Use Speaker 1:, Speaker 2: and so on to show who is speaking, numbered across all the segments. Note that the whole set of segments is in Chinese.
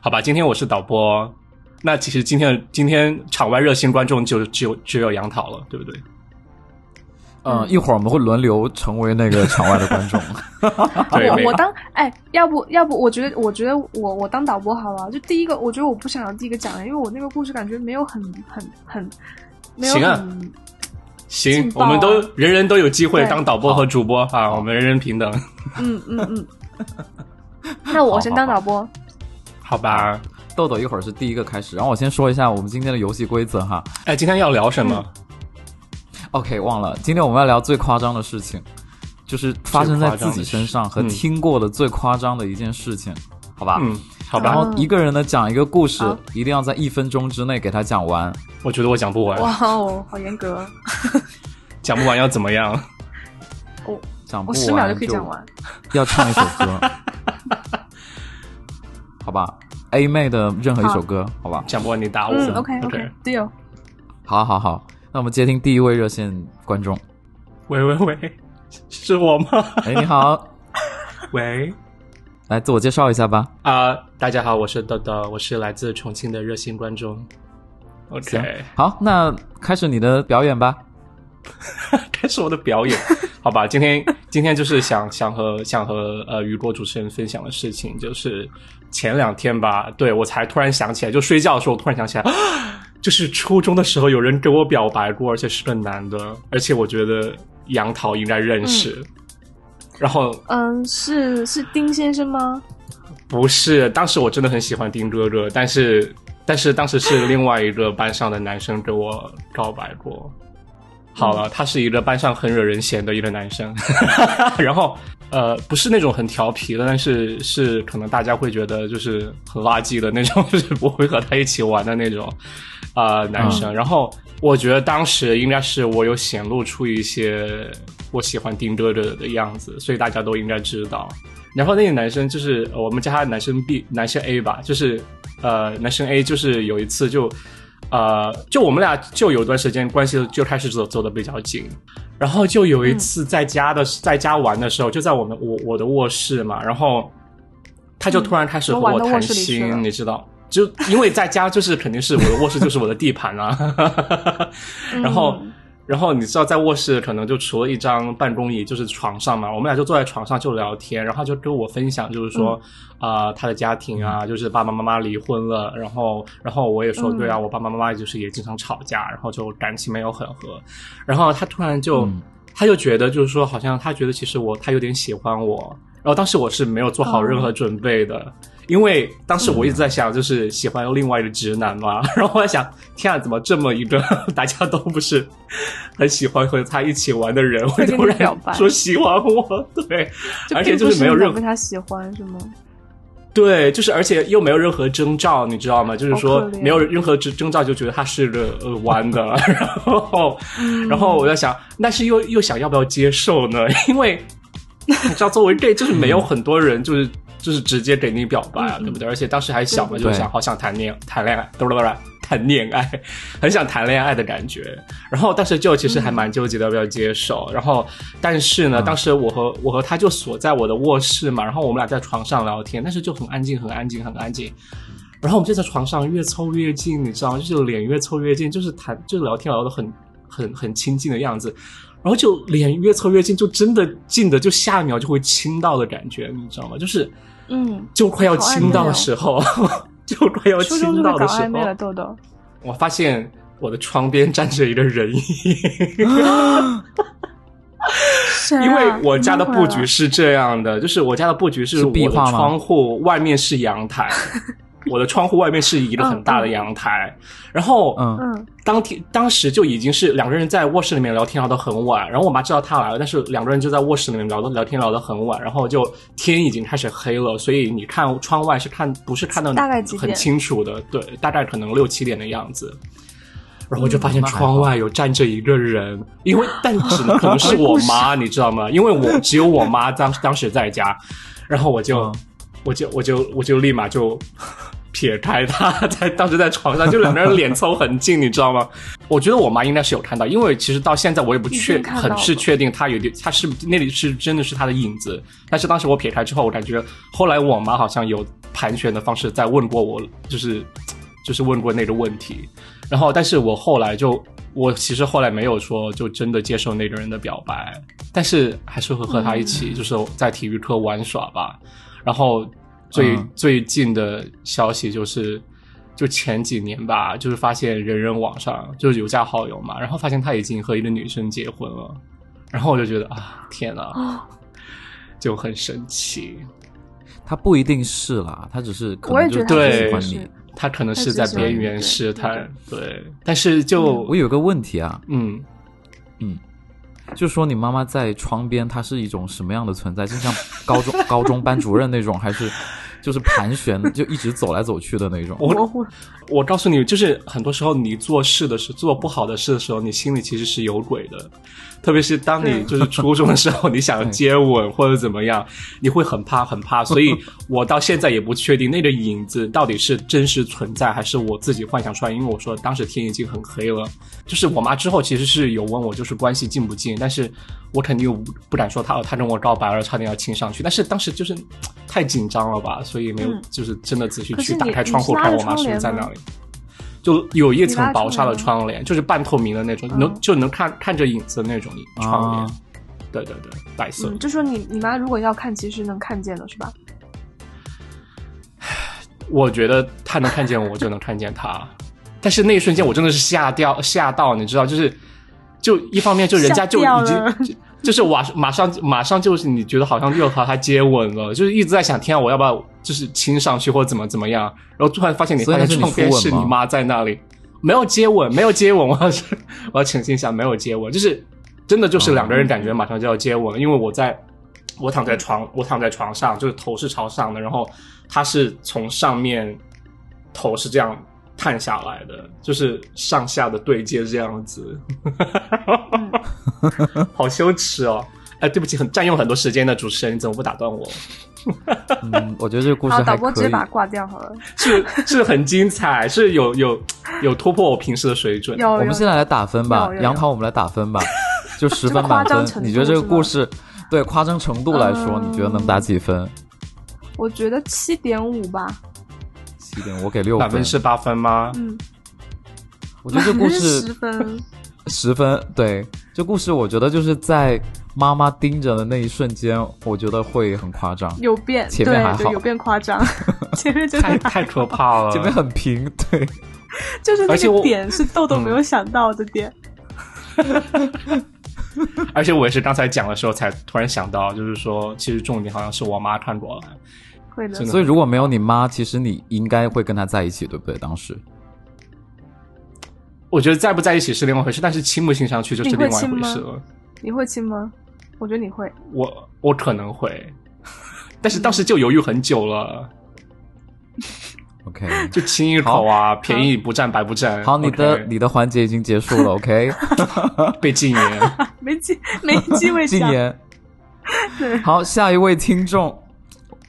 Speaker 1: 好吧，今天我是导播，那其实今天的今天场外热心观众就只有只有杨桃了，对不对？
Speaker 2: 嗯，一会儿我们会轮流成为那个场外的观众。
Speaker 1: 对，没
Speaker 3: 啊我我当哎，要不要不？我觉得我觉得我我当导播好了。就第一个，我觉得我不想要第一个讲，因为我那个故事感觉没有很很很没有
Speaker 1: 行啊
Speaker 3: 很
Speaker 1: 行
Speaker 3: 劲，爆
Speaker 1: 我
Speaker 3: 啊
Speaker 1: 们都人人都有机会
Speaker 3: 对
Speaker 1: 当导播和主播啊，我们人人平等，
Speaker 3: 嗯嗯 嗯。那我先当导播，
Speaker 1: 好吧？
Speaker 2: 豆豆一会儿是第一个开始，然后我先说一下我们今天的游戏规则哈。
Speaker 1: 哎，今天要聊什么？
Speaker 2: OK，忘了，今天我们要聊最夸张的事情，就是发生在自己身上
Speaker 1: 最夸
Speaker 2: 和
Speaker 1: 张的事
Speaker 2: 听过的最夸张的一件事情，好吧？
Speaker 1: 嗯，好
Speaker 2: 然
Speaker 1: 吧，
Speaker 2: 后一个人呢讲一个故事
Speaker 3: 好，
Speaker 2: 一定要在一分钟之内给他讲完。
Speaker 1: 我觉得我讲不完，
Speaker 3: 哇哦，好严格，
Speaker 1: 讲不完要怎么样？
Speaker 3: 我
Speaker 2: 讲不
Speaker 3: 我
Speaker 2: 完
Speaker 3: 十秒就可以讲完。
Speaker 2: 要唱一首歌， 好吧？A 妹的任何一首歌，好吧？
Speaker 1: 讲不完你打我。
Speaker 3: 嗯，OK
Speaker 1: OK
Speaker 3: OK，deal。
Speaker 2: 好好好，那我们接听第一位热线观众。
Speaker 1: 喂喂喂，是我吗？
Speaker 2: 哎，你好，
Speaker 1: 喂
Speaker 2: 来自我介绍一下吧。
Speaker 1: 啊、大家好，我是豆豆，我是来自重庆的热心观众。
Speaker 2: 行
Speaker 1: OK，
Speaker 2: 好，那开始你的表演吧。
Speaker 1: 开始我的表演，好吧？今天今天就是想想和想和呃雨果主持人分享的事情，就是前两天吧，对我才突然想起来，就睡觉的时候我突然想起来， 就是初中的时候有人给我表白过，而且是个男的，而且我觉得杨桃应该认识。然后
Speaker 3: 嗯，是是丁先生吗？
Speaker 1: 不是，当时我真的很喜欢丁哥哥，但是但是当时是另外一个班上的男生给我告白过。好了，他是一个班上很惹人嫌的一个男生， 然后呃，不是那种很调皮的，但是是可能大家会觉得就是很垃圾的那种， 就是不会和他一起玩的那种啊、呃男生。然后我觉得当时应该是我有显露出一些我喜欢丁哥哥的样子，所以大家都应该知道。然后那个男生就是呃我们叫他男生 B，男生 A 吧，就是呃，男生 A 就是有一次就呃，就我们俩就有段时间关系就开始走走的比较近，然后就有一次在家
Speaker 3: 嗯
Speaker 1: 的、在家玩的时候，就在我们我我的卧室嘛，然后他就突然开始和
Speaker 3: 嗯我玩到
Speaker 1: 谈
Speaker 3: 卧室里去
Speaker 1: 心，
Speaker 3: 了
Speaker 1: 你知道。就因为在家，就是肯定是我的卧室就是我的地盘啦、 然后
Speaker 3: 嗯
Speaker 1: 然后你知道，在卧室可能就除了一张办公椅，就是床上嘛，我们俩就坐在床上就聊天，然后他就跟我分享，就是说
Speaker 3: 嗯
Speaker 1: 啊、他的家庭啊，就是爸爸妈妈离婚了，然后然后我也说，
Speaker 3: 嗯
Speaker 1: 对啊，我爸爸妈妈就是也经常吵架，然后就感情没有很和，然后他突然就、
Speaker 2: 嗯
Speaker 1: 他就觉得就是说，好像他觉得其实我他有点喜欢我，然后当时我是没有做好
Speaker 3: 哦
Speaker 1: 任何准备的。因为当时我
Speaker 3: 嗯
Speaker 1: 一直在想，就是喜欢另外一个直男嘛， 然后我在想，天啊，怎么这么一个大家都不是很喜欢和他一起玩的人，会
Speaker 3: 会跟
Speaker 1: 突
Speaker 3: 你
Speaker 1: 然
Speaker 3: 表白
Speaker 1: 说喜欢我？对，
Speaker 3: 就
Speaker 1: 而且
Speaker 3: 并
Speaker 1: 就
Speaker 3: 不
Speaker 1: 是没有
Speaker 3: 很
Speaker 1: 任
Speaker 3: 被他喜欢是吗？
Speaker 1: 对，就是而且又没有任何征兆，你知道吗？就是
Speaker 3: 好
Speaker 1: 说
Speaker 3: 可怜
Speaker 1: 没有任何征征兆，就觉得他是个呃弯的， 然后
Speaker 3: 嗯
Speaker 1: 然后我在想，但是又又想要不要接受呢？ 因为你知道，作为 gay，就是没有很多人就是就是直接给你表白啊，对不对？而且当时还小嘛，
Speaker 3: 对
Speaker 1: 就
Speaker 2: 对
Speaker 1: 想好想谈恋谈恋爱，不不不，谈恋爱，很想谈恋爱的感觉。然后当时就其实
Speaker 3: 嗯
Speaker 1: 还蛮纠结的要不要接受，然后但是呢，
Speaker 2: 嗯
Speaker 1: 当时我和我和他就锁在我的卧室嘛，然后我们俩在床上聊天，但是就很安静，很安静，很安静。然后我们就在床上越凑越近，你知道吗？就是脸越凑越近，就是谈就是聊天聊得很很很亲近的样子，然后就脸越凑越近，就真的近的就下一秒就会亲到的感觉，你知道吗？就是
Speaker 3: 嗯，
Speaker 1: 就快要亲到的时候， 就快要
Speaker 3: 初中
Speaker 1: 亲
Speaker 3: 就会
Speaker 1: 到
Speaker 3: 搞
Speaker 1: 的时
Speaker 3: 暧昧了，
Speaker 1: 候，
Speaker 3: 豆豆。
Speaker 1: 我发现我的窗边站着一个人影。
Speaker 3: 谁啊
Speaker 1: 因为我家的布局是
Speaker 3: 是
Speaker 1: 这样的，就是我家的布局是
Speaker 2: 是
Speaker 1: 我
Speaker 2: 壁
Speaker 1: 的
Speaker 2: 画吗
Speaker 1: 窗户外面是阳 台，我的窗户外面是一个很大的阳台，然后
Speaker 2: 嗯
Speaker 3: 嗯
Speaker 1: 当天当时就已经是两个人在卧室里面聊天聊到很晚，然后我妈知道她来了，但是两个人就在卧室里面聊到聊天聊到很晚，然后就天已经开始黑了，所以你看窗外是看不是看到
Speaker 3: 大概几
Speaker 1: 很
Speaker 3: 点
Speaker 1: 清楚的，对，大概可能六七点的样子。然后我就发现
Speaker 2: 那还好
Speaker 1: 窗外有站着一个人，因为但只能可能是我妈，你知道吗？因为我只有我妈当当时在家，然后我就、
Speaker 2: 嗯
Speaker 1: 我就我就我就立马就撇开他， 在当时在床上就两个人脸凑很近，你知道吗？我觉得我妈应该是有看到，因为其实到现在我也不
Speaker 3: 一
Speaker 1: 确
Speaker 3: 定看到
Speaker 1: 很
Speaker 3: 了
Speaker 1: 是确定他有点，他是那里是真的是他的影子。但是当时我撇开之后，我感觉后来我妈好像有盘旋的方式在问过我，就是就是问过那个问题。然后，但是我后来就我其实后来没有说就真的接受那个人的表白，但是还是会和他一起
Speaker 3: 嗯
Speaker 1: 就是在体育课玩耍吧。然后最、
Speaker 2: 嗯
Speaker 1: 最近的消息就是，就前几年吧，就是发现人人网上就是有加好友嘛，然后发现他已经和一个女生结婚了，然后我就觉得啊，天
Speaker 3: 哦
Speaker 1: 呐，就很神奇。
Speaker 2: 他不一定是啦，他只是可
Speaker 3: 我也
Speaker 2: 能
Speaker 3: 觉
Speaker 2: 就
Speaker 3: 得他不
Speaker 2: 是
Speaker 1: 对
Speaker 2: 喜欢
Speaker 3: 是
Speaker 2: 你。
Speaker 1: 他可能
Speaker 3: 他
Speaker 1: 是在
Speaker 3: 只是
Speaker 1: 边缘试
Speaker 3: 对
Speaker 1: 探，对，但是就
Speaker 2: 我有个问题啊，
Speaker 1: 嗯，
Speaker 2: 就说你妈妈在窗边，她是一种什么样的存在？就像高中 高中班主任那种，还是就是盘旋就一直走来走去的那种？
Speaker 1: 我
Speaker 3: 模糊
Speaker 1: 我告诉你，就是很多时候你做事的时做不好的事的时候，你心里其实是有鬼的，特别是当你
Speaker 3: 对
Speaker 1: 就是初中的时候，你 想接吻或者怎么样，你会很怕很怕。所以我到现在也不确定那个影子到底是真实存在还是我自己幻想出来，因为我说当时天已经很黑了。就是我妈之后其实是有问我，就是关系近不近，但是我肯定不不敢说她，哦她跟我告白了，差点要亲上去。但是当时就是太紧张了吧，所以没有、
Speaker 3: 嗯
Speaker 1: 就是真的仔细
Speaker 3: 可是
Speaker 1: 去
Speaker 3: 你
Speaker 1: 打开窗户
Speaker 3: 你是
Speaker 1: 看
Speaker 3: 拉着
Speaker 1: 我妈是不是在
Speaker 3: 窗帘
Speaker 1: 那
Speaker 3: 吗
Speaker 1: 里。就有一层
Speaker 3: 你拉
Speaker 1: 薄纱的
Speaker 3: 窗
Speaker 1: 窗帘，就是半透明的那种，
Speaker 3: 嗯哦
Speaker 1: 能就能看看着影子的那种窗帘。
Speaker 2: 啊
Speaker 1: 对对对，白色。
Speaker 3: 嗯，就说你你妈如果要看，其实能看见的是吧？
Speaker 1: 我觉得他能看见我，我就能看见他。但是那一瞬间，我真的是吓掉吓到，你知道，就是就一方面就人家就
Speaker 3: 吓掉
Speaker 1: 已
Speaker 3: 了
Speaker 1: 经就就是马马上马上就是你觉得好像又和他接吻了，就是一直在想，天啊，我要不要就是亲上去或者怎么怎么样？然后突然发现你
Speaker 2: 所以
Speaker 1: 发
Speaker 2: 那
Speaker 1: 现
Speaker 2: 是你
Speaker 1: 窗边
Speaker 2: 初吻
Speaker 1: 是
Speaker 2: 吗
Speaker 1: 你妈在那里，没有接吻， 没有接吻，我要是我要澄清一下，没有接吻，就是真的就是两个人感觉马上就要接吻了，因为我在我躺在床我躺在床上，就是头是朝上的，然后他是从上面头是这样探下来的，就是上下的对接这样子， 好羞耻哦。哎，对不起，很占用很多时间的主持人，你怎么不打断我？
Speaker 2: 嗯，我觉得这个故
Speaker 3: 好，
Speaker 2: 事
Speaker 3: 导
Speaker 2: 还
Speaker 3: 播直
Speaker 2: 可
Speaker 3: 接
Speaker 2: 以
Speaker 3: 把。它挂掉好了。
Speaker 1: 是是很精彩，是有有有突破我平时的水准。
Speaker 3: 有
Speaker 2: 我们
Speaker 3: 有，
Speaker 2: 现在来打分吧
Speaker 3: 有有，有
Speaker 2: 杨桃，我们来打分吧， 就十分
Speaker 3: 这个夸
Speaker 2: 满
Speaker 3: 张程
Speaker 2: 分。
Speaker 3: 度
Speaker 2: 你觉得这个
Speaker 3: 是吧
Speaker 2: 故事对夸张程度来说，
Speaker 3: 嗯
Speaker 2: 你觉得能打几分？
Speaker 3: 我觉得七点五吧。
Speaker 2: 七点，我给六
Speaker 1: 满
Speaker 2: 分
Speaker 1: 分。是八分吗？
Speaker 3: 嗯，
Speaker 2: 我觉得这故 事
Speaker 3: 十分。
Speaker 2: 十分对，这故事我觉得就是在妈妈盯着的那一瞬间，我觉得会很夸张，
Speaker 3: 有变，
Speaker 2: 前面还
Speaker 3: 对
Speaker 2: 好
Speaker 3: 对，有变 夸张，前面 就
Speaker 1: 太
Speaker 3: 是
Speaker 1: 太可怕了！
Speaker 2: 前 面很平，对，
Speaker 3: 就是那
Speaker 1: 而且我
Speaker 3: 个点是
Speaker 2: 嗯
Speaker 3: 豆豆没有想到的点，
Speaker 1: 而且我也是刚才讲的时候才突然想到，就是说，其实重点好像是我妈看过来。
Speaker 3: 会的
Speaker 1: 真。的
Speaker 2: 所以如果没有你妈，其实你应该会跟她在一起，对不对？当时
Speaker 1: 我觉得在不在一起是另外一回事，但是亲不亲上去就是另外一
Speaker 3: 你
Speaker 1: 回
Speaker 3: 会
Speaker 1: 事
Speaker 3: 亲
Speaker 1: 了。
Speaker 3: 你会亲吗？我觉得你会。
Speaker 1: 我我可能会，但是当时就犹豫很久了，
Speaker 2: ，OK，
Speaker 1: 就亲一口啊，便宜不占白不占。
Speaker 2: 好，你的
Speaker 1: OK，
Speaker 2: 你的环节已经结束了，OK，
Speaker 1: 被禁言。
Speaker 3: 没机没机会
Speaker 2: 禁
Speaker 3: 讲，
Speaker 2: 言。 好，下一位听众，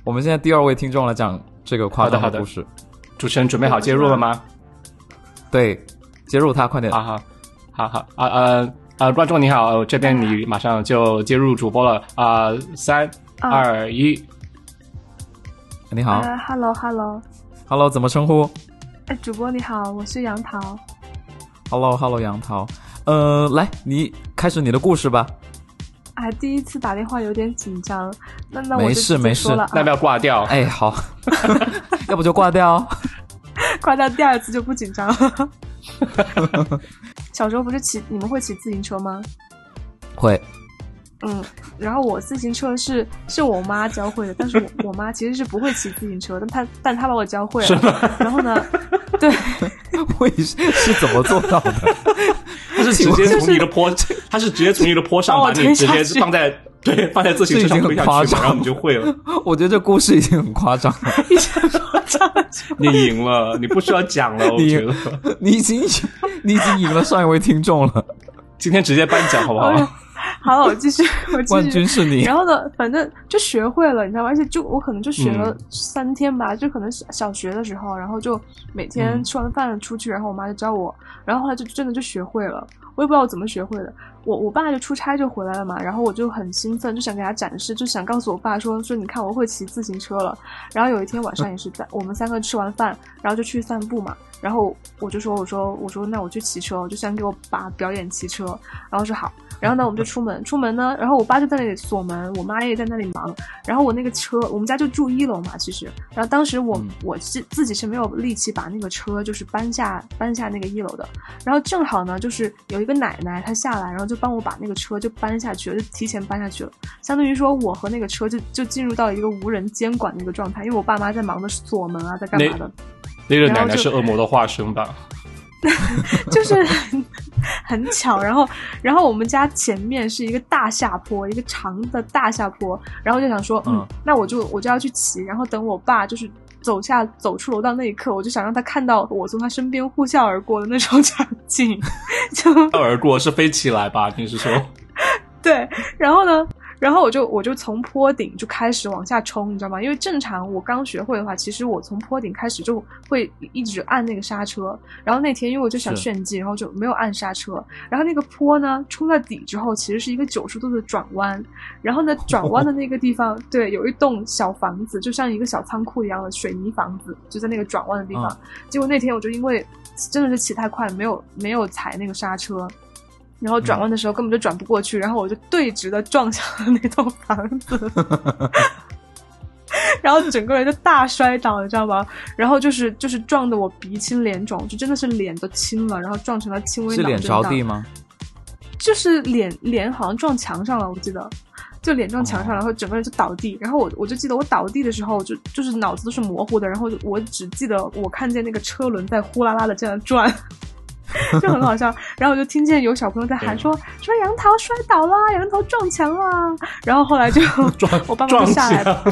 Speaker 2: 我们现在第二位听众来讲这个夸张
Speaker 1: 好的好的
Speaker 2: 故事，
Speaker 1: 主持人准备好接入了 吗？
Speaker 2: 对，接入他，快点，
Speaker 1: 好好，好好啊呃呃，观众你好，这边你马上就接入主播了啊，三
Speaker 3: 啊
Speaker 1: 二一，
Speaker 2: 你好、
Speaker 3: 呃，hello hello，
Speaker 2: h e l l o 怎么称呼？
Speaker 3: 哎，主播你好，我是杨桃。
Speaker 2: Hello，Hello，杨桃，呃，来，你开始你的故事吧。
Speaker 3: 哎，第一次打电话有点紧张，那那我就
Speaker 2: 没事
Speaker 3: 直接
Speaker 2: 没事
Speaker 3: 说了啊
Speaker 1: 那不要挂掉。
Speaker 2: 哎，好，要不就挂掉。
Speaker 3: 挂掉第二次就不紧张了。 小时候不是骑，你们会骑自行车吗？
Speaker 2: 会，
Speaker 3: 嗯，然后我自行车是是我妈教会的，但是我我妈其实是不会骑自行车，但她但她把我教会了。然后呢，对，
Speaker 2: 会是是怎么做到的？
Speaker 1: 他是直接从你的坡，他是直接从你的坡上
Speaker 3: 把我
Speaker 1: 把你
Speaker 3: 推
Speaker 1: 直
Speaker 3: 下
Speaker 1: 接
Speaker 3: 去
Speaker 1: 放在对放在自行车上
Speaker 2: 这
Speaker 1: 推下
Speaker 2: 已经很
Speaker 1: 去嘛
Speaker 2: 夸，张
Speaker 1: 然后你就会了，
Speaker 2: 我觉得这故事已经很夸张了，
Speaker 3: 一下夸张了就
Speaker 1: 你赢了，你不需要讲了，我
Speaker 2: 你
Speaker 1: 觉得
Speaker 2: 你已经你已经赢了上一位听众了。
Speaker 1: 今天直接颁奖好不
Speaker 3: 哎呦
Speaker 1: 好？
Speaker 3: 好了，我继续，我继续。
Speaker 2: 冠军是你。
Speaker 3: 然后呢，反正就学会了，你知道吗？而且就我可能就学了三天吧，就可能小小学的时候，然后就每天吃完饭出去，然后我妈就教我，然后后来就真的就学会了。我也不知道我怎么学会的。我我爸就出差就回来了嘛，然后我就很兴奋，就想给他展示，就想告诉我爸说说你看我会骑自行车了。然后有一天晚上也是在我们三个吃完饭，然后就去散步嘛，然后我就说我说我说那我去骑车，我就想给我爸表演骑车，然后说好。然后呢，我们就出门，出门呢，然后我爸就在那里锁门，我妈也在那里忙。然后我那个车，我们家就住一楼嘛，其实。然后当时我
Speaker 2: 嗯
Speaker 3: 我自自己是没有力气把那个车就是搬下搬下那个一楼的，然后正好呢，就是有一个奶奶她下来，然后就帮我把那个车就搬下去了，就提前搬下去了。相当于说我和那个车就就进入到一个无人监管的一个状态，因为我爸妈在忙着锁门啊，在干嘛的，
Speaker 1: 那个
Speaker 3: 然后
Speaker 1: 奶奶
Speaker 3: 就是
Speaker 1: 恶魔的化身吧？
Speaker 3: 就是很 很巧。然后然后我们家前面是一个大下坡，一个长的大下坡，然后就想说，嗯
Speaker 2: 嗯，
Speaker 3: 那我就我就要去骑，然后等我爸就是。走下走出楼道那一刻，我就想让他看到我从他身边呼啸而过的那种 场景，就
Speaker 1: 跳而过是飞起来吧？你是说？
Speaker 3: 对，然后呢，然后我就我就从坡顶就开始往下冲，你知道吗？因为正常我刚学会的话，其实我从坡顶开始就会一直按那个刹车。然后那天因为我就想
Speaker 2: 是
Speaker 3: 炫技，然后就没有按刹车。然后那个坡呢，冲到底之后，其实是一个九十度的转弯。然后呢，转弯的那个地方，对，有一栋小房子，就像一个小仓库一样的水泥房子，就在那个转弯的地
Speaker 2: 嗯
Speaker 3: 方。结果那天我就因为真的是骑太快，没有没有踩那个刹车，然后转弯的时候根本就转不过去，然后我就对直的撞向了那栋房子， 然后整个人就大摔倒，你知道吗？然后就是就是撞得我鼻青脸肿，就真的是脸都青了，然后撞成了轻微
Speaker 2: 是
Speaker 3: 脑震
Speaker 2: 脸着
Speaker 3: 荡，
Speaker 2: 地吗？
Speaker 3: 就是脸脸好像撞墙上了，我记得。就脸撞墙上，
Speaker 2: 哦
Speaker 3: 然后整个人就倒地。然后我我就记得我倒地的时候，我就就是脑子都是模糊的，然后我只记得我看见那个车轮在呼啦啦的这样转， 就很好笑。然后我就听见有小朋友在喊说说杨桃摔倒啦，杨桃撞墙啦。然后后来就
Speaker 1: 撞
Speaker 3: 我爸妈
Speaker 1: 撞
Speaker 3: 就下来
Speaker 1: 墙
Speaker 3: 了，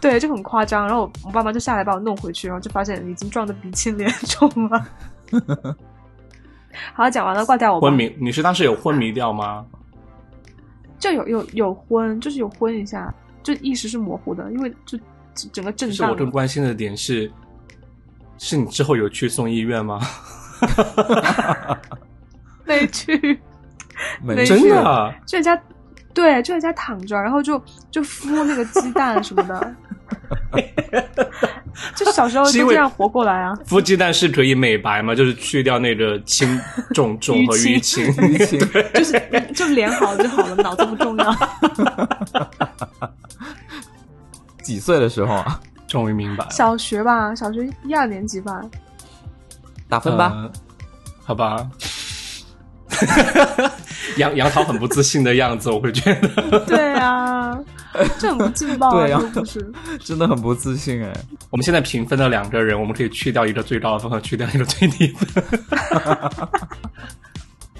Speaker 3: 对，就很夸张。然后我我爸妈就下来把我弄回去，然后就发现已经撞得鼻青脸肿了。 好，讲完了，挂掉我吧
Speaker 1: 昏。迷？你是当时有昏迷掉吗？
Speaker 3: 就有有有昏，就是有昏一下，就意识是模糊的，因为就就整个震
Speaker 1: 其实
Speaker 3: 荡
Speaker 1: 我
Speaker 3: 了。
Speaker 1: 更关心的点是，是你之后有去送医院吗？
Speaker 3: 没去，
Speaker 2: 没
Speaker 3: 没
Speaker 2: 事
Speaker 3: 事
Speaker 1: 真的 啊？
Speaker 3: 就在家，对，就在家躺着，然后就就孵那个鸡蛋什么 的。就小时候
Speaker 1: 是因
Speaker 3: 就
Speaker 1: 为
Speaker 3: 这样活过来啊，
Speaker 1: 孵鸡蛋是可以美白吗？就是去掉那个青肿肿和淤
Speaker 3: 淤
Speaker 1: 青
Speaker 3: 青。
Speaker 2: 淤青
Speaker 3: 就是就脸好就好了，脑子不重要。
Speaker 2: 几岁的时候啊？
Speaker 1: 终于明白了，
Speaker 3: 小学吧，小学一二年级吧，
Speaker 2: 打分吧。
Speaker 1: 呃好吧。 杨杨桃很不自信的样子，我会觉得。
Speaker 3: 对啊，这很不劲爆啊，
Speaker 2: 对啊
Speaker 3: 这个故事。
Speaker 2: 真的很不自信哎、
Speaker 1: 我们现在平分了两个人，我们可以去掉一个最高分和去掉一个最低分。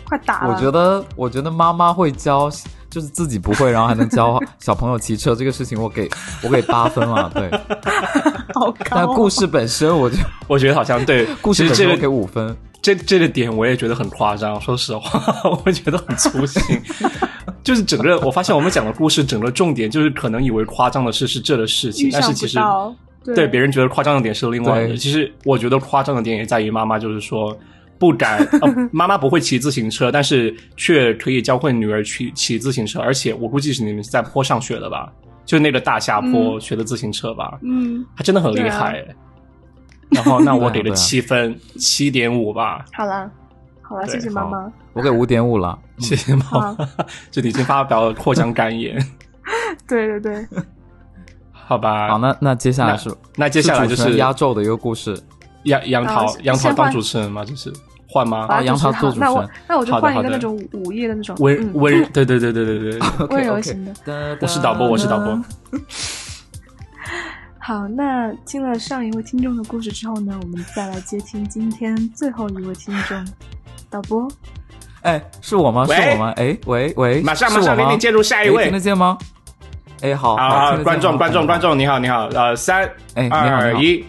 Speaker 3: 快打了！
Speaker 2: 我觉得，我觉得妈妈会教，就是自己不会，然后还能教小朋友骑车这个事情，我给我给八分了。对，
Speaker 3: 好高、啊
Speaker 2: 但故事本身，我就
Speaker 1: 我觉得好像对
Speaker 2: 故事
Speaker 1: 其实
Speaker 2: 本身
Speaker 1: 这
Speaker 2: 我给
Speaker 1: 个
Speaker 2: 五分。
Speaker 1: 这这个点我也觉得很夸张，说实话，我觉得很粗心。 就是整个，我发现我们讲的故事，整个重点就是可能以为夸张的事是这的事情
Speaker 3: 预，
Speaker 1: 但
Speaker 3: 想
Speaker 1: 是
Speaker 3: 不
Speaker 1: 其实
Speaker 3: 到，
Speaker 1: 对别人觉得夸张的点是另外的。
Speaker 2: 对
Speaker 1: 其实我觉得夸张的点也在于妈妈，就是说不敢、 呃妈妈不会骑自行车，但是却可以教会女儿去骑自行车。而且我估计是你们是在坡上学的吧，就那个大下坡
Speaker 3: 嗯
Speaker 1: 学的自行车吧，
Speaker 3: 嗯，
Speaker 1: 她真的很厉
Speaker 3: 对啊
Speaker 1: 害。 然后，那我给个
Speaker 2: 对啊对啊
Speaker 1: 七分，七点五吧。
Speaker 3: 好啦，好啦，
Speaker 1: 对
Speaker 3: 谢谢妈妈。
Speaker 2: 我给五点五了，
Speaker 1: 谢谢妈妈，这里已经发表了扩张感言，
Speaker 3: 对对对，
Speaker 1: 好吧？
Speaker 2: 好，那那接下来是
Speaker 1: 啊那接下来就是
Speaker 2: 主持人压轴的一个故 事，
Speaker 1: 杨杨桃
Speaker 3: 啊，
Speaker 1: 杨桃
Speaker 3: 先
Speaker 1: 当
Speaker 3: 换
Speaker 1: 主持人吗？就是换吗？
Speaker 3: 把
Speaker 2: 杨
Speaker 3: 主
Speaker 2: 桃
Speaker 3: 持
Speaker 2: 做
Speaker 3: 好
Speaker 2: 主持
Speaker 3: 那我
Speaker 2: 人
Speaker 3: 那啊我就
Speaker 1: 好的
Speaker 3: 换一
Speaker 1: 好
Speaker 3: 个
Speaker 1: 的
Speaker 3: 那种午午夜的那种
Speaker 1: 温
Speaker 3: 嗯
Speaker 1: 温，对对对对对对对。
Speaker 3: 温柔
Speaker 2: OK，OK 嗯
Speaker 3: 型的。
Speaker 2: 我
Speaker 1: 我是导播，我是导播。
Speaker 3: 好，那听了上一位听众的故事之后呢，我们再来接听今天最后一位听众，导
Speaker 1: 哦
Speaker 3: 播。
Speaker 2: 哎，是我吗？是
Speaker 1: 喂
Speaker 2: 我吗？哎，喂喂，
Speaker 1: 马上
Speaker 2: 是
Speaker 1: 马
Speaker 2: 我
Speaker 1: 上给
Speaker 2: 吗
Speaker 1: 你进入下一
Speaker 2: 哎
Speaker 1: 位
Speaker 2: 听得。见吗？哎，好，
Speaker 1: 好好
Speaker 2: 听得见吗哎
Speaker 1: 观众观众观，众，你好你好，呃，三
Speaker 2: 哎你好
Speaker 1: 二
Speaker 2: 你好
Speaker 1: 一，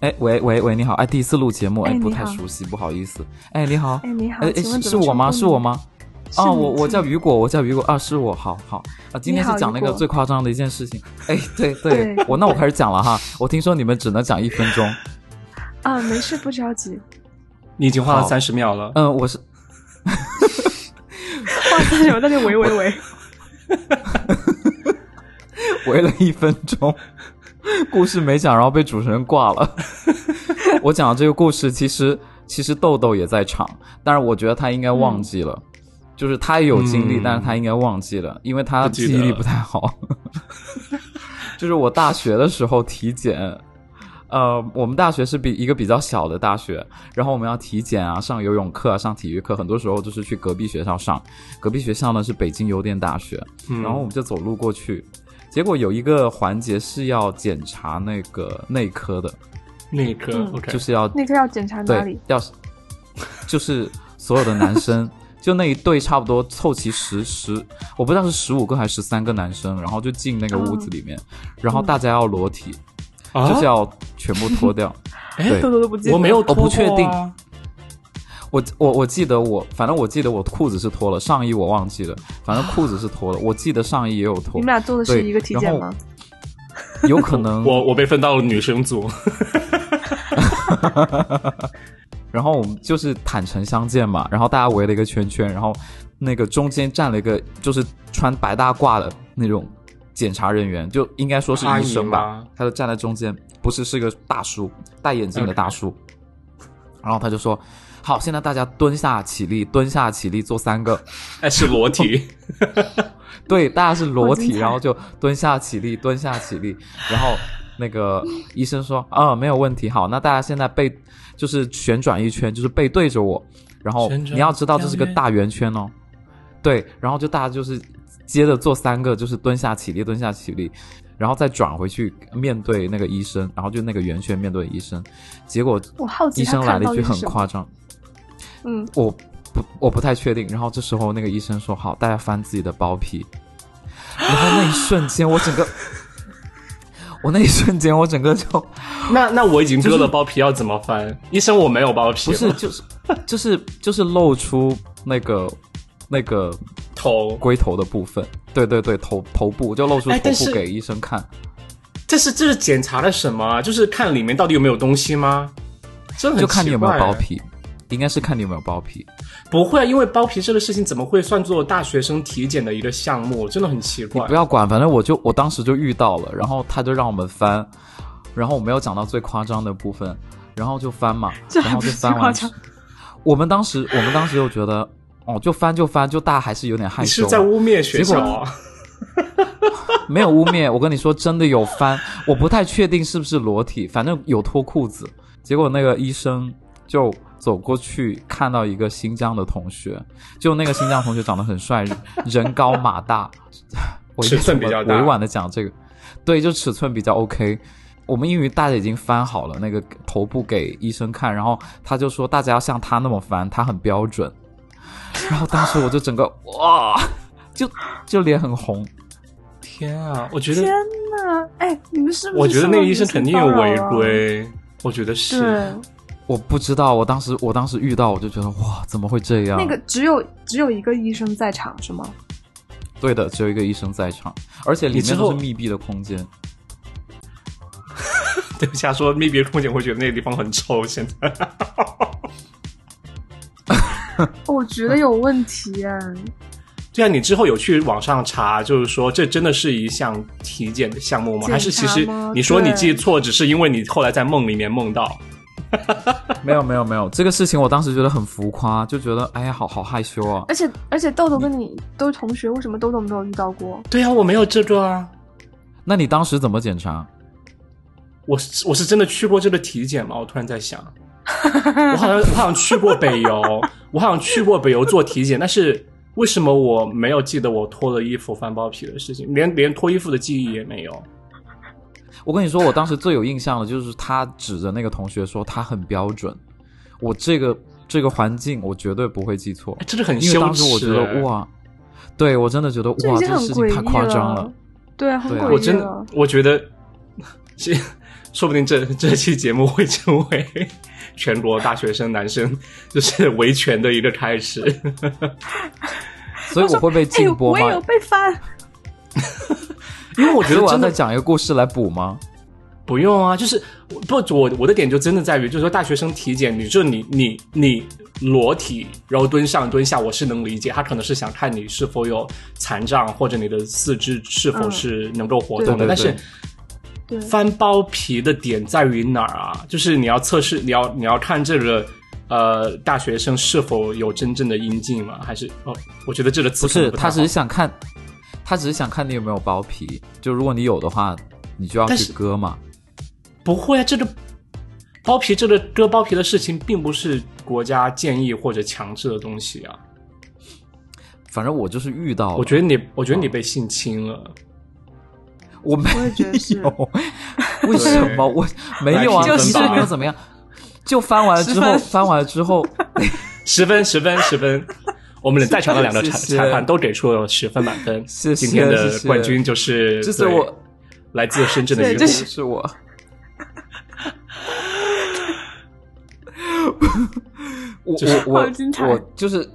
Speaker 2: 哎，喂喂喂，你好，哎，第一次录节目，哎，
Speaker 3: 哎
Speaker 2: 不
Speaker 3: 你
Speaker 2: 太
Speaker 3: 好
Speaker 2: 熟悉，不好意思，哎，你好，
Speaker 3: 哎，你好，
Speaker 2: 哎哎，
Speaker 3: 请问
Speaker 2: 是
Speaker 3: 怎
Speaker 2: 是
Speaker 3: 么
Speaker 2: 我吗？
Speaker 3: 称呼
Speaker 2: 是我
Speaker 3: 你？
Speaker 2: 吗？
Speaker 3: 是
Speaker 2: 啊，
Speaker 3: 你
Speaker 2: 我我
Speaker 3: 请
Speaker 2: 叫雨果，我叫雨果啊，是我，好好啊，今
Speaker 3: 你
Speaker 2: 天是
Speaker 3: 好
Speaker 2: 讲
Speaker 3: 雨
Speaker 2: 那个
Speaker 3: 果
Speaker 2: 最夸张的一件事情，哎，对对
Speaker 3: 对，
Speaker 2: 我那我开始讲了哈，我听说你们只能讲一分钟，
Speaker 3: 啊，没事，不着急，
Speaker 1: 你已经花了
Speaker 2: 好
Speaker 1: 三十秒了，
Speaker 2: 嗯，我是
Speaker 3: 话三十秒在那喂 喂喂，
Speaker 2: 围了一分钟，故事没讲，然后被主持人挂了。 我讲的这个故事，其实其实豆豆也在场，但是我觉得他应该忘记了，就是他也有经历，
Speaker 1: 嗯
Speaker 2: 但是他应该忘记了，因为他
Speaker 1: 不记
Speaker 2: 记
Speaker 1: 得
Speaker 2: 忆力不太 好。就是我大学的时候体检。呃，我们大学是比一个比较小的大学，然后我们要体检啊，上游泳课啊，上体育课，很多时候就是去隔壁学校上。隔壁学校呢是北京邮电大学，
Speaker 1: 嗯
Speaker 2: 然后我们就走路过去，结果有一个环节是要检查那个内科的，
Speaker 1: 那一刻
Speaker 3: 嗯
Speaker 1: OK，
Speaker 2: 就是要
Speaker 3: 那个要检查哪
Speaker 2: 对
Speaker 3: 里？
Speaker 2: 要是就是所有的男生，就那一队差不多凑齐十十，我不知道是十五个还是十三个男生，然后就进那个屋
Speaker 3: 嗯
Speaker 2: 子里面，然后大家要裸体，
Speaker 1: 啊
Speaker 2: 就是要全部脱掉。
Speaker 1: 哎
Speaker 2: 对
Speaker 3: 豆豆都不记得，
Speaker 1: 我没有脱
Speaker 2: 不确
Speaker 1: 过啊
Speaker 2: 我我我记得我，反正我记得我裤子是脱了，上衣我忘记了，反正裤子是脱了，我记得上衣也有
Speaker 3: 你
Speaker 2: 脱
Speaker 3: 们，俩做的是
Speaker 2: 对
Speaker 3: 一个体
Speaker 2: 然
Speaker 3: 检
Speaker 2: 后
Speaker 3: 吗？
Speaker 2: 有 可能
Speaker 1: 我我被分到了女生组，
Speaker 2: 然后我们就是坦诚相见嘛，然后大家围了一个圈圈，然后那个中间站了一个就是穿白大褂的那种检查人员，就应该说是医生
Speaker 1: 阿姨
Speaker 2: 吧
Speaker 1: 吗，
Speaker 2: 他就站在中间，不是是个大叔，戴眼镜的大叔然后他就说：“好，现在大家蹲下起立，蹲下起立，做三个。”
Speaker 1: 哎，是裸体，
Speaker 2: 对，大家是裸
Speaker 3: 好精
Speaker 2: 体，
Speaker 3: 彩
Speaker 2: 然后就蹲下起立，蹲下起立，然后那个医生说，啊、没有问题，好，那大家现在背就是旋转一圈，就是背对着我，然后
Speaker 1: 旋转
Speaker 2: 你要知道这是个
Speaker 1: 两
Speaker 2: 大圆圈哦，对，然后就大家就是接着做三个，就是蹲下起立，蹲下起立，然后再转回去面对那个医生，然后就那个圆圈面对医生，结果
Speaker 3: 我好奇
Speaker 2: 医生
Speaker 3: 他
Speaker 2: 来
Speaker 3: 看
Speaker 2: 了
Speaker 3: 到
Speaker 2: 一句
Speaker 3: 底是
Speaker 2: 很
Speaker 3: 什么
Speaker 2: 夸张，
Speaker 3: 嗯，
Speaker 2: 我不我不太确定。然后这时候那个医生说：“好，大家翻自己的包皮。”然后那一瞬间，我整 个，我那一瞬间，我整个就
Speaker 1: 那那我已经割了包皮，要怎么翻？医生，我没有包皮
Speaker 2: 不
Speaker 1: 了，
Speaker 2: 是就是就是就是露出那个那个
Speaker 1: 头，
Speaker 2: 龟头的部分，对对对，头头部就露出
Speaker 1: 哎
Speaker 2: 头
Speaker 1: 但是
Speaker 2: 部给医生看。
Speaker 1: 这是这是检查了什么啊？就是看里面到底有没有东西吗？这很
Speaker 2: 就看你有没有
Speaker 1: 奇怪
Speaker 3: 啊
Speaker 2: 包，皮，应该是看你有没有包皮。
Speaker 1: 不会啊，因为包皮这个事情怎么会算作大学生体检的一个项目？真的很奇
Speaker 2: 你
Speaker 1: 怪
Speaker 2: 不。要管，反正我就我当时就遇到了，然后他就让我们翻，然后我没有讲到最夸张的部分，然后就翻嘛，
Speaker 3: 这
Speaker 2: 然
Speaker 3: 还
Speaker 2: 后
Speaker 3: 不
Speaker 2: 就是
Speaker 3: 最
Speaker 2: 翻
Speaker 3: 夸
Speaker 2: 完
Speaker 3: 张
Speaker 2: 之。，我们当时我们当时就觉得，哦，就翻就翻，就大家还是有点害
Speaker 1: 你
Speaker 2: 羞
Speaker 1: 是
Speaker 2: 嘛，
Speaker 1: 在污蔑学校
Speaker 2: 结
Speaker 1: 啊？
Speaker 2: 没有污蔑，我跟你说，真的有翻，我不太确定是不是裸体，反正有脱裤子。结果那个医生就走过去，看到一个新疆的同学，就那个新疆同学长得很帅，人高马大， 我应该
Speaker 1: 尺寸比较
Speaker 2: 怎么
Speaker 1: 大
Speaker 2: 委婉的讲这个，对，就尺寸比较 OK。我们英语大家已经翻好了那个头部给医生看，然后他就说大家要像他那么翻，他很标准。然后当时我就整个哇，就就脸很红，
Speaker 1: 天啊，我觉得
Speaker 3: 天哪！哎，你们是不是？
Speaker 1: 我觉得那个医生肯定有违。规，我觉得是。
Speaker 3: 对，
Speaker 2: 我不知道，我当时我当时遇到，我就觉得哇，怎么会这样？
Speaker 3: 那个只有只有一个医生在场是吗？
Speaker 2: 对的，只有一个医生在场，而且里
Speaker 1: 你之
Speaker 2: 面
Speaker 1: 后
Speaker 2: 都是密闭的空间。
Speaker 1: 等一下说密闭空间，我会觉得那个地方很臭。现在
Speaker 3: 哦我觉得有问题哎。
Speaker 1: 对啊，你之后有去网上查，就是说这真的是一项体检的项目吗？
Speaker 3: 检查吗
Speaker 1: 还是其实你说你
Speaker 3: 对
Speaker 1: 记错，只是因为你后来在梦里面梦到？
Speaker 2: 没有没有没有，这个事情我当时觉得很浮夸，就觉得哎呀，好好害羞啊。
Speaker 3: 而且而且豆豆跟你都是同学，为什么豆豆没有遇到过？
Speaker 1: 对啊，我没有这个啊，
Speaker 2: 那你当时怎么检查？
Speaker 1: 我是我是真的去过这个体检吗？我突然在想，我好像我好像去过北邮，我好像去过北邮做体检，但是为什么我没有记得我脱了衣服翻包皮的事情，连连脱衣服的记忆也没有？
Speaker 2: 我跟你说，我当时最有印象的就是他指着那个同学说他很标准，我这个这个环境我绝对不会记错
Speaker 1: 哎，真的很
Speaker 2: 因为
Speaker 1: 羞
Speaker 2: 当时
Speaker 1: 耻。欸
Speaker 2: 我觉得哇，对我真的觉得
Speaker 3: 这已
Speaker 2: 哇，
Speaker 3: 经
Speaker 2: 这个
Speaker 3: 很
Speaker 2: 事情
Speaker 3: 诡
Speaker 2: 太夸
Speaker 3: 异
Speaker 2: 张
Speaker 3: 了
Speaker 2: 了。。
Speaker 3: 对，很
Speaker 2: 对啊
Speaker 3: 诡
Speaker 1: 我
Speaker 3: 异
Speaker 1: 真
Speaker 3: 了
Speaker 1: 的。我觉得是说不定这这期节目会成为全国大学生男生就是维权的一个开始。
Speaker 2: 所以我会被禁播
Speaker 3: 哎呦我也
Speaker 2: 吗
Speaker 3: 有？被翻，
Speaker 1: 因为我
Speaker 2: 觉
Speaker 1: 觉
Speaker 2: 得
Speaker 1: 得
Speaker 2: 我要
Speaker 1: 真
Speaker 2: 再
Speaker 1: 的
Speaker 2: 讲一个故事来补吗？
Speaker 1: 不用啊，就是不我我的点就真的在于，就是说大学生体检，你就你你你裸体，然后蹲上蹲下，我是能理解，他可能是想看你是否有残障或者你的四肢是否
Speaker 3: 嗯
Speaker 1: 是能够活动的，但
Speaker 2: 对对对
Speaker 1: 是。
Speaker 3: 对，
Speaker 1: 翻包皮的点在于哪儿啊？就是你要测试，你要你要看这个呃大学生是否有真正的阴茎吗？还是哦，我觉得这个词
Speaker 2: 不是，
Speaker 1: 可能
Speaker 2: 他
Speaker 1: 太
Speaker 2: 只是
Speaker 1: 好
Speaker 2: 想看，他只是想看你有没有包皮。就如果你有的话，你就要
Speaker 1: 但
Speaker 2: 去
Speaker 1: 是
Speaker 2: 割嘛。
Speaker 1: 不会啊，这个包皮这个割包皮的事情，并不是国家建议或者强制的东西啊。
Speaker 2: 反正我就是遇到了，
Speaker 1: 我觉得你，我觉得
Speaker 2: 哦
Speaker 1: 你被性侵了，
Speaker 2: 我没
Speaker 3: 我也觉得是。
Speaker 2: 有， 为什么我没有啊？
Speaker 1: 就是
Speaker 2: 怎么没有怎么样？就翻完了之后，
Speaker 3: 十分
Speaker 2: 翻完了之后，
Speaker 1: 十分，十 分，十分。我们在场的两个
Speaker 2: 谢
Speaker 1: 裁
Speaker 2: 谢
Speaker 1: 裁判都给出了十分满 分。
Speaker 2: 谢谢
Speaker 1: 今天
Speaker 2: 谢
Speaker 1: 的
Speaker 2: 谢
Speaker 1: 冠军就是
Speaker 2: 这是
Speaker 1: 对
Speaker 2: 我
Speaker 1: 来自深圳的一
Speaker 3: 对
Speaker 1: 个
Speaker 3: 这
Speaker 1: 姑
Speaker 3: 是
Speaker 1: 娘。
Speaker 2: 是我。我
Speaker 1: 就是
Speaker 2: 我
Speaker 3: 好精彩
Speaker 2: 我我就是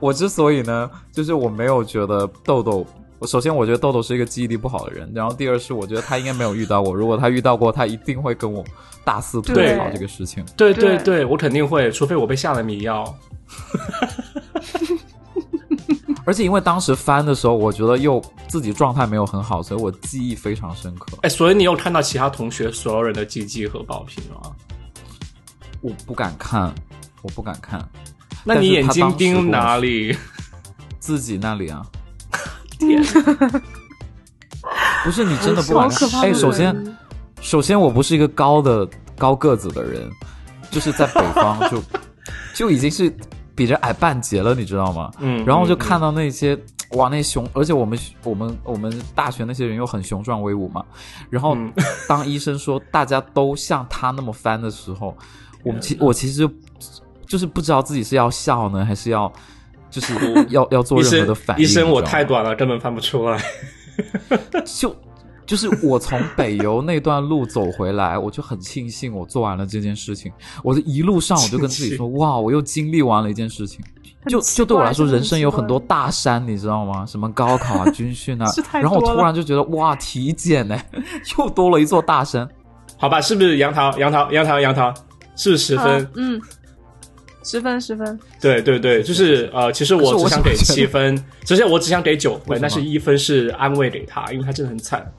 Speaker 2: 我之所以呢，就是我没有觉得豆豆。我首先我觉得豆豆是一个记忆力不好的人，然后第二是我觉得他应该没有遇到过，如果他遇到过，他一定会跟我大肆吐
Speaker 1: 对
Speaker 2: 槽这个事情。
Speaker 1: 对对
Speaker 3: 对
Speaker 1: 对，我肯定会，除非我被下了迷药。
Speaker 2: 而且因为当时翻的时候，我觉得又自己状态没有很好，所以我记忆非常深刻。
Speaker 1: 哎，所以你有看到其他同学所有人的鸡鸡和爆皮吗？
Speaker 2: 我不敢看，我不敢看
Speaker 1: 那
Speaker 2: 但
Speaker 1: 你
Speaker 2: 是
Speaker 1: 眼
Speaker 2: 他
Speaker 1: 睛
Speaker 2: 当时跟
Speaker 1: 盯
Speaker 2: 我
Speaker 1: 哪
Speaker 2: 说
Speaker 1: 里？
Speaker 2: 自己那里啊，
Speaker 1: 天，
Speaker 2: 不是你真的不敢
Speaker 3: 好可
Speaker 2: 看。
Speaker 3: 怕嗯的
Speaker 2: 哎，
Speaker 3: 人！
Speaker 2: 首先首先我不是一个高的高个子的人，就是在北 方就就已经是比人矮半截了，你知道吗？
Speaker 1: 嗯
Speaker 2: 然后就
Speaker 1: 嗯
Speaker 2: 看到那些、哇，那雄，而且我们我们我们大学那些人又很雄壮威武嘛。然后
Speaker 1: 嗯
Speaker 2: 当医生说大家都像他那么翻的时候，我们其
Speaker 1: 嗯
Speaker 2: 我其实就就是不知道自己是要笑呢，还是要就是要要做
Speaker 1: 医
Speaker 2: 任何
Speaker 1: 生
Speaker 2: 的反
Speaker 1: 嗯
Speaker 2: 应。
Speaker 1: 医生，我
Speaker 2: 你知道吗
Speaker 1: 太短了，根本翻不出来。
Speaker 2: 就 就是我从北邮那段路走回来，我就很庆幸我做完了这件事情。我的一路上我就跟自己说，哇，我又经历完了一件事情。
Speaker 3: 很
Speaker 2: 就
Speaker 3: 奇
Speaker 2: 就对我
Speaker 3: 怪
Speaker 2: 来说，
Speaker 3: 真的
Speaker 2: 人生
Speaker 3: 奇
Speaker 2: 有很
Speaker 3: 怪
Speaker 2: 多大山，你知道吗？什么高考啊、军训啊
Speaker 3: 是，太
Speaker 2: 然后我
Speaker 3: 多
Speaker 2: 突
Speaker 3: 了
Speaker 2: 然就觉得，哇，体检呢、又多了一座大山。
Speaker 1: 好吧，是不是杨桃？杨桃，杨桃，杨桃，是不是十分？
Speaker 3: 啊嗯，十分十分，
Speaker 1: 对对对，就是呃，其实
Speaker 2: 可是
Speaker 1: 我
Speaker 2: 我
Speaker 1: 只想
Speaker 2: 怎么
Speaker 1: 给
Speaker 2: 觉得
Speaker 1: 七分，其实我只想给九分
Speaker 2: 为什，么
Speaker 1: 但是一分是安慰给他，因为他真的很惨。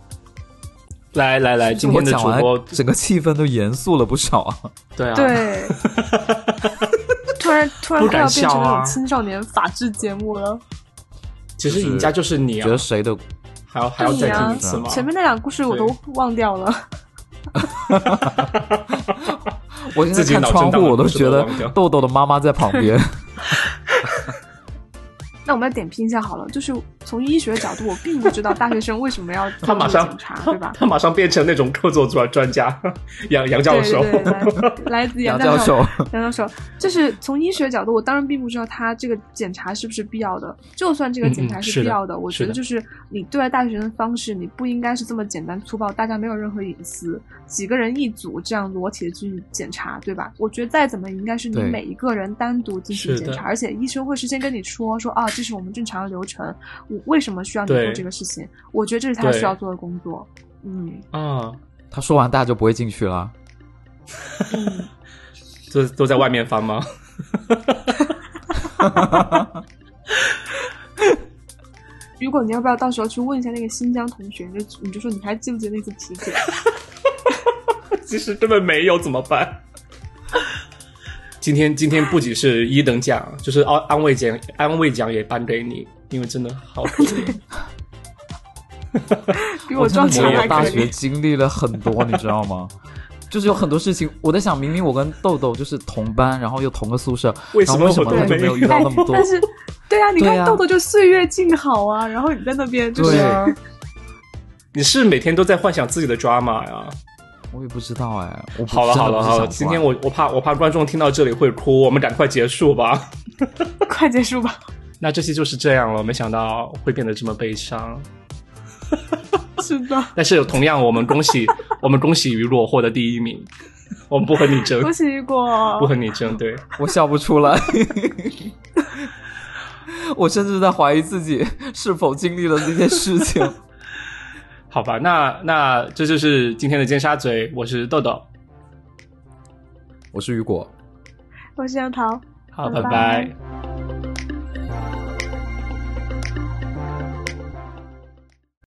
Speaker 1: 来来来，哎今天的
Speaker 2: 我讲
Speaker 1: 主
Speaker 2: 完
Speaker 1: 播，
Speaker 2: 整个气氛都严肃了不少啊。
Speaker 1: 对啊，
Speaker 3: 对。突然突然
Speaker 1: 不
Speaker 3: 快
Speaker 1: 敢
Speaker 3: 要变成
Speaker 1: 笑
Speaker 3: 那
Speaker 1: 啊
Speaker 3: 种青少年法制节目了。
Speaker 1: 其实赢家就是你
Speaker 2: 你
Speaker 1: 啊
Speaker 2: 觉，得谁的？
Speaker 1: 还要还要
Speaker 3: 对
Speaker 1: 再
Speaker 3: 呀
Speaker 1: 听一次吗？
Speaker 3: 前面那两个故事我都忘掉了。
Speaker 2: 我现在
Speaker 1: 自己
Speaker 2: 看
Speaker 1: 脑
Speaker 2: 窗
Speaker 1: 震荡
Speaker 2: 户，
Speaker 1: 了
Speaker 2: 我都
Speaker 1: 不是
Speaker 2: 觉
Speaker 1: 都
Speaker 2: 得
Speaker 1: 忘掉
Speaker 2: 豆豆的妈妈在旁边。
Speaker 3: 那我们来点评一下好了，就是从医学角度，我并不知道大学生为什么要
Speaker 1: 他马上
Speaker 3: 做检查，对吧？
Speaker 1: 他马上变成那种客座专专家，杨杨教授。
Speaker 3: 对对对，来来自
Speaker 2: 杨
Speaker 3: 杨
Speaker 2: 教授，
Speaker 3: 杨教授，就是从医学角度，我当然并不知道他这个检查是不是必要的。就算这个检查
Speaker 1: 嗯嗯是的
Speaker 3: 必要的，我觉
Speaker 1: 是
Speaker 3: 得
Speaker 1: 的
Speaker 3: 就是你对待大学生的方式，你不应该是这么简单粗暴，大家没有任何隐私，几个人一组这样裸体的去检查，对吧？我觉得再怎么应该是你
Speaker 2: 对
Speaker 3: 每一个人单独进行
Speaker 1: 是的
Speaker 3: 检查，而且医生会事先跟你说说啊，这是我们正常的流程，我为什么需要你做
Speaker 1: 对
Speaker 3: 这个事情？我觉得这是他
Speaker 1: 对
Speaker 3: 需要做的工作。嗯，
Speaker 1: 啊，
Speaker 2: 他说完大家就不会进去了。
Speaker 1: 都都在外面翻吗？
Speaker 3: 如果你要不要到时候去问一下那个新疆同学，你就你就说你还记不记得那次体检？
Speaker 1: 其实根本没有，怎么办？今天今天不仅是一等奖，就是安安慰奖，安慰奖也颁给你，因为真的 好可怜。
Speaker 3: 比我
Speaker 2: 真
Speaker 3: 撞
Speaker 2: 的
Speaker 3: 墙
Speaker 2: 觉得
Speaker 3: 还
Speaker 2: 我大
Speaker 3: 可
Speaker 2: 学
Speaker 3: 以。
Speaker 2: 经历了很多，你知道吗？ 就是有很多事情，我在想，明明我跟豆豆就是同班，然后又同个宿舍，
Speaker 1: 为
Speaker 2: 然
Speaker 1: 什
Speaker 2: 后
Speaker 1: 么
Speaker 2: 为什么
Speaker 1: 我都
Speaker 2: 他就
Speaker 1: 没
Speaker 2: 没
Speaker 1: 有
Speaker 2: 有遇到那么多？
Speaker 3: 但是， 对啊，你
Speaker 2: 对
Speaker 3: 看
Speaker 2: 啊
Speaker 3: 豆豆就岁月静好啊，然后你在那边就是
Speaker 2: 对
Speaker 3: 啊
Speaker 1: 你是每天都在幻想自己的 drama 呀？
Speaker 2: 我也不知道哎，我不
Speaker 1: 好了
Speaker 2: 真的
Speaker 1: 好了
Speaker 2: 不是
Speaker 1: 好了，
Speaker 2: 想
Speaker 1: 今
Speaker 2: 管
Speaker 1: 天我我怕我怕观众听到这里会哭，我们赶快结束 吧。
Speaker 3: 快结束吧。
Speaker 1: 那这期就是这样了，没想到会变得这么悲伤。
Speaker 3: 是 的，
Speaker 1: 但是同样，我们恭 喜我们恭喜雨果获得第一名，我们不和你争
Speaker 3: 恭，喜雨果
Speaker 1: 不。和你争，对。
Speaker 2: 我 笑不出来。我甚至在怀疑自己是否经历了这件事情。
Speaker 1: 好吧，那那这就是今天的尖沙咀，我是豆豆，
Speaker 2: 我是雨果，
Speaker 3: 我是杨桃。
Speaker 1: 好，拜
Speaker 3: 拜拜
Speaker 1: 拜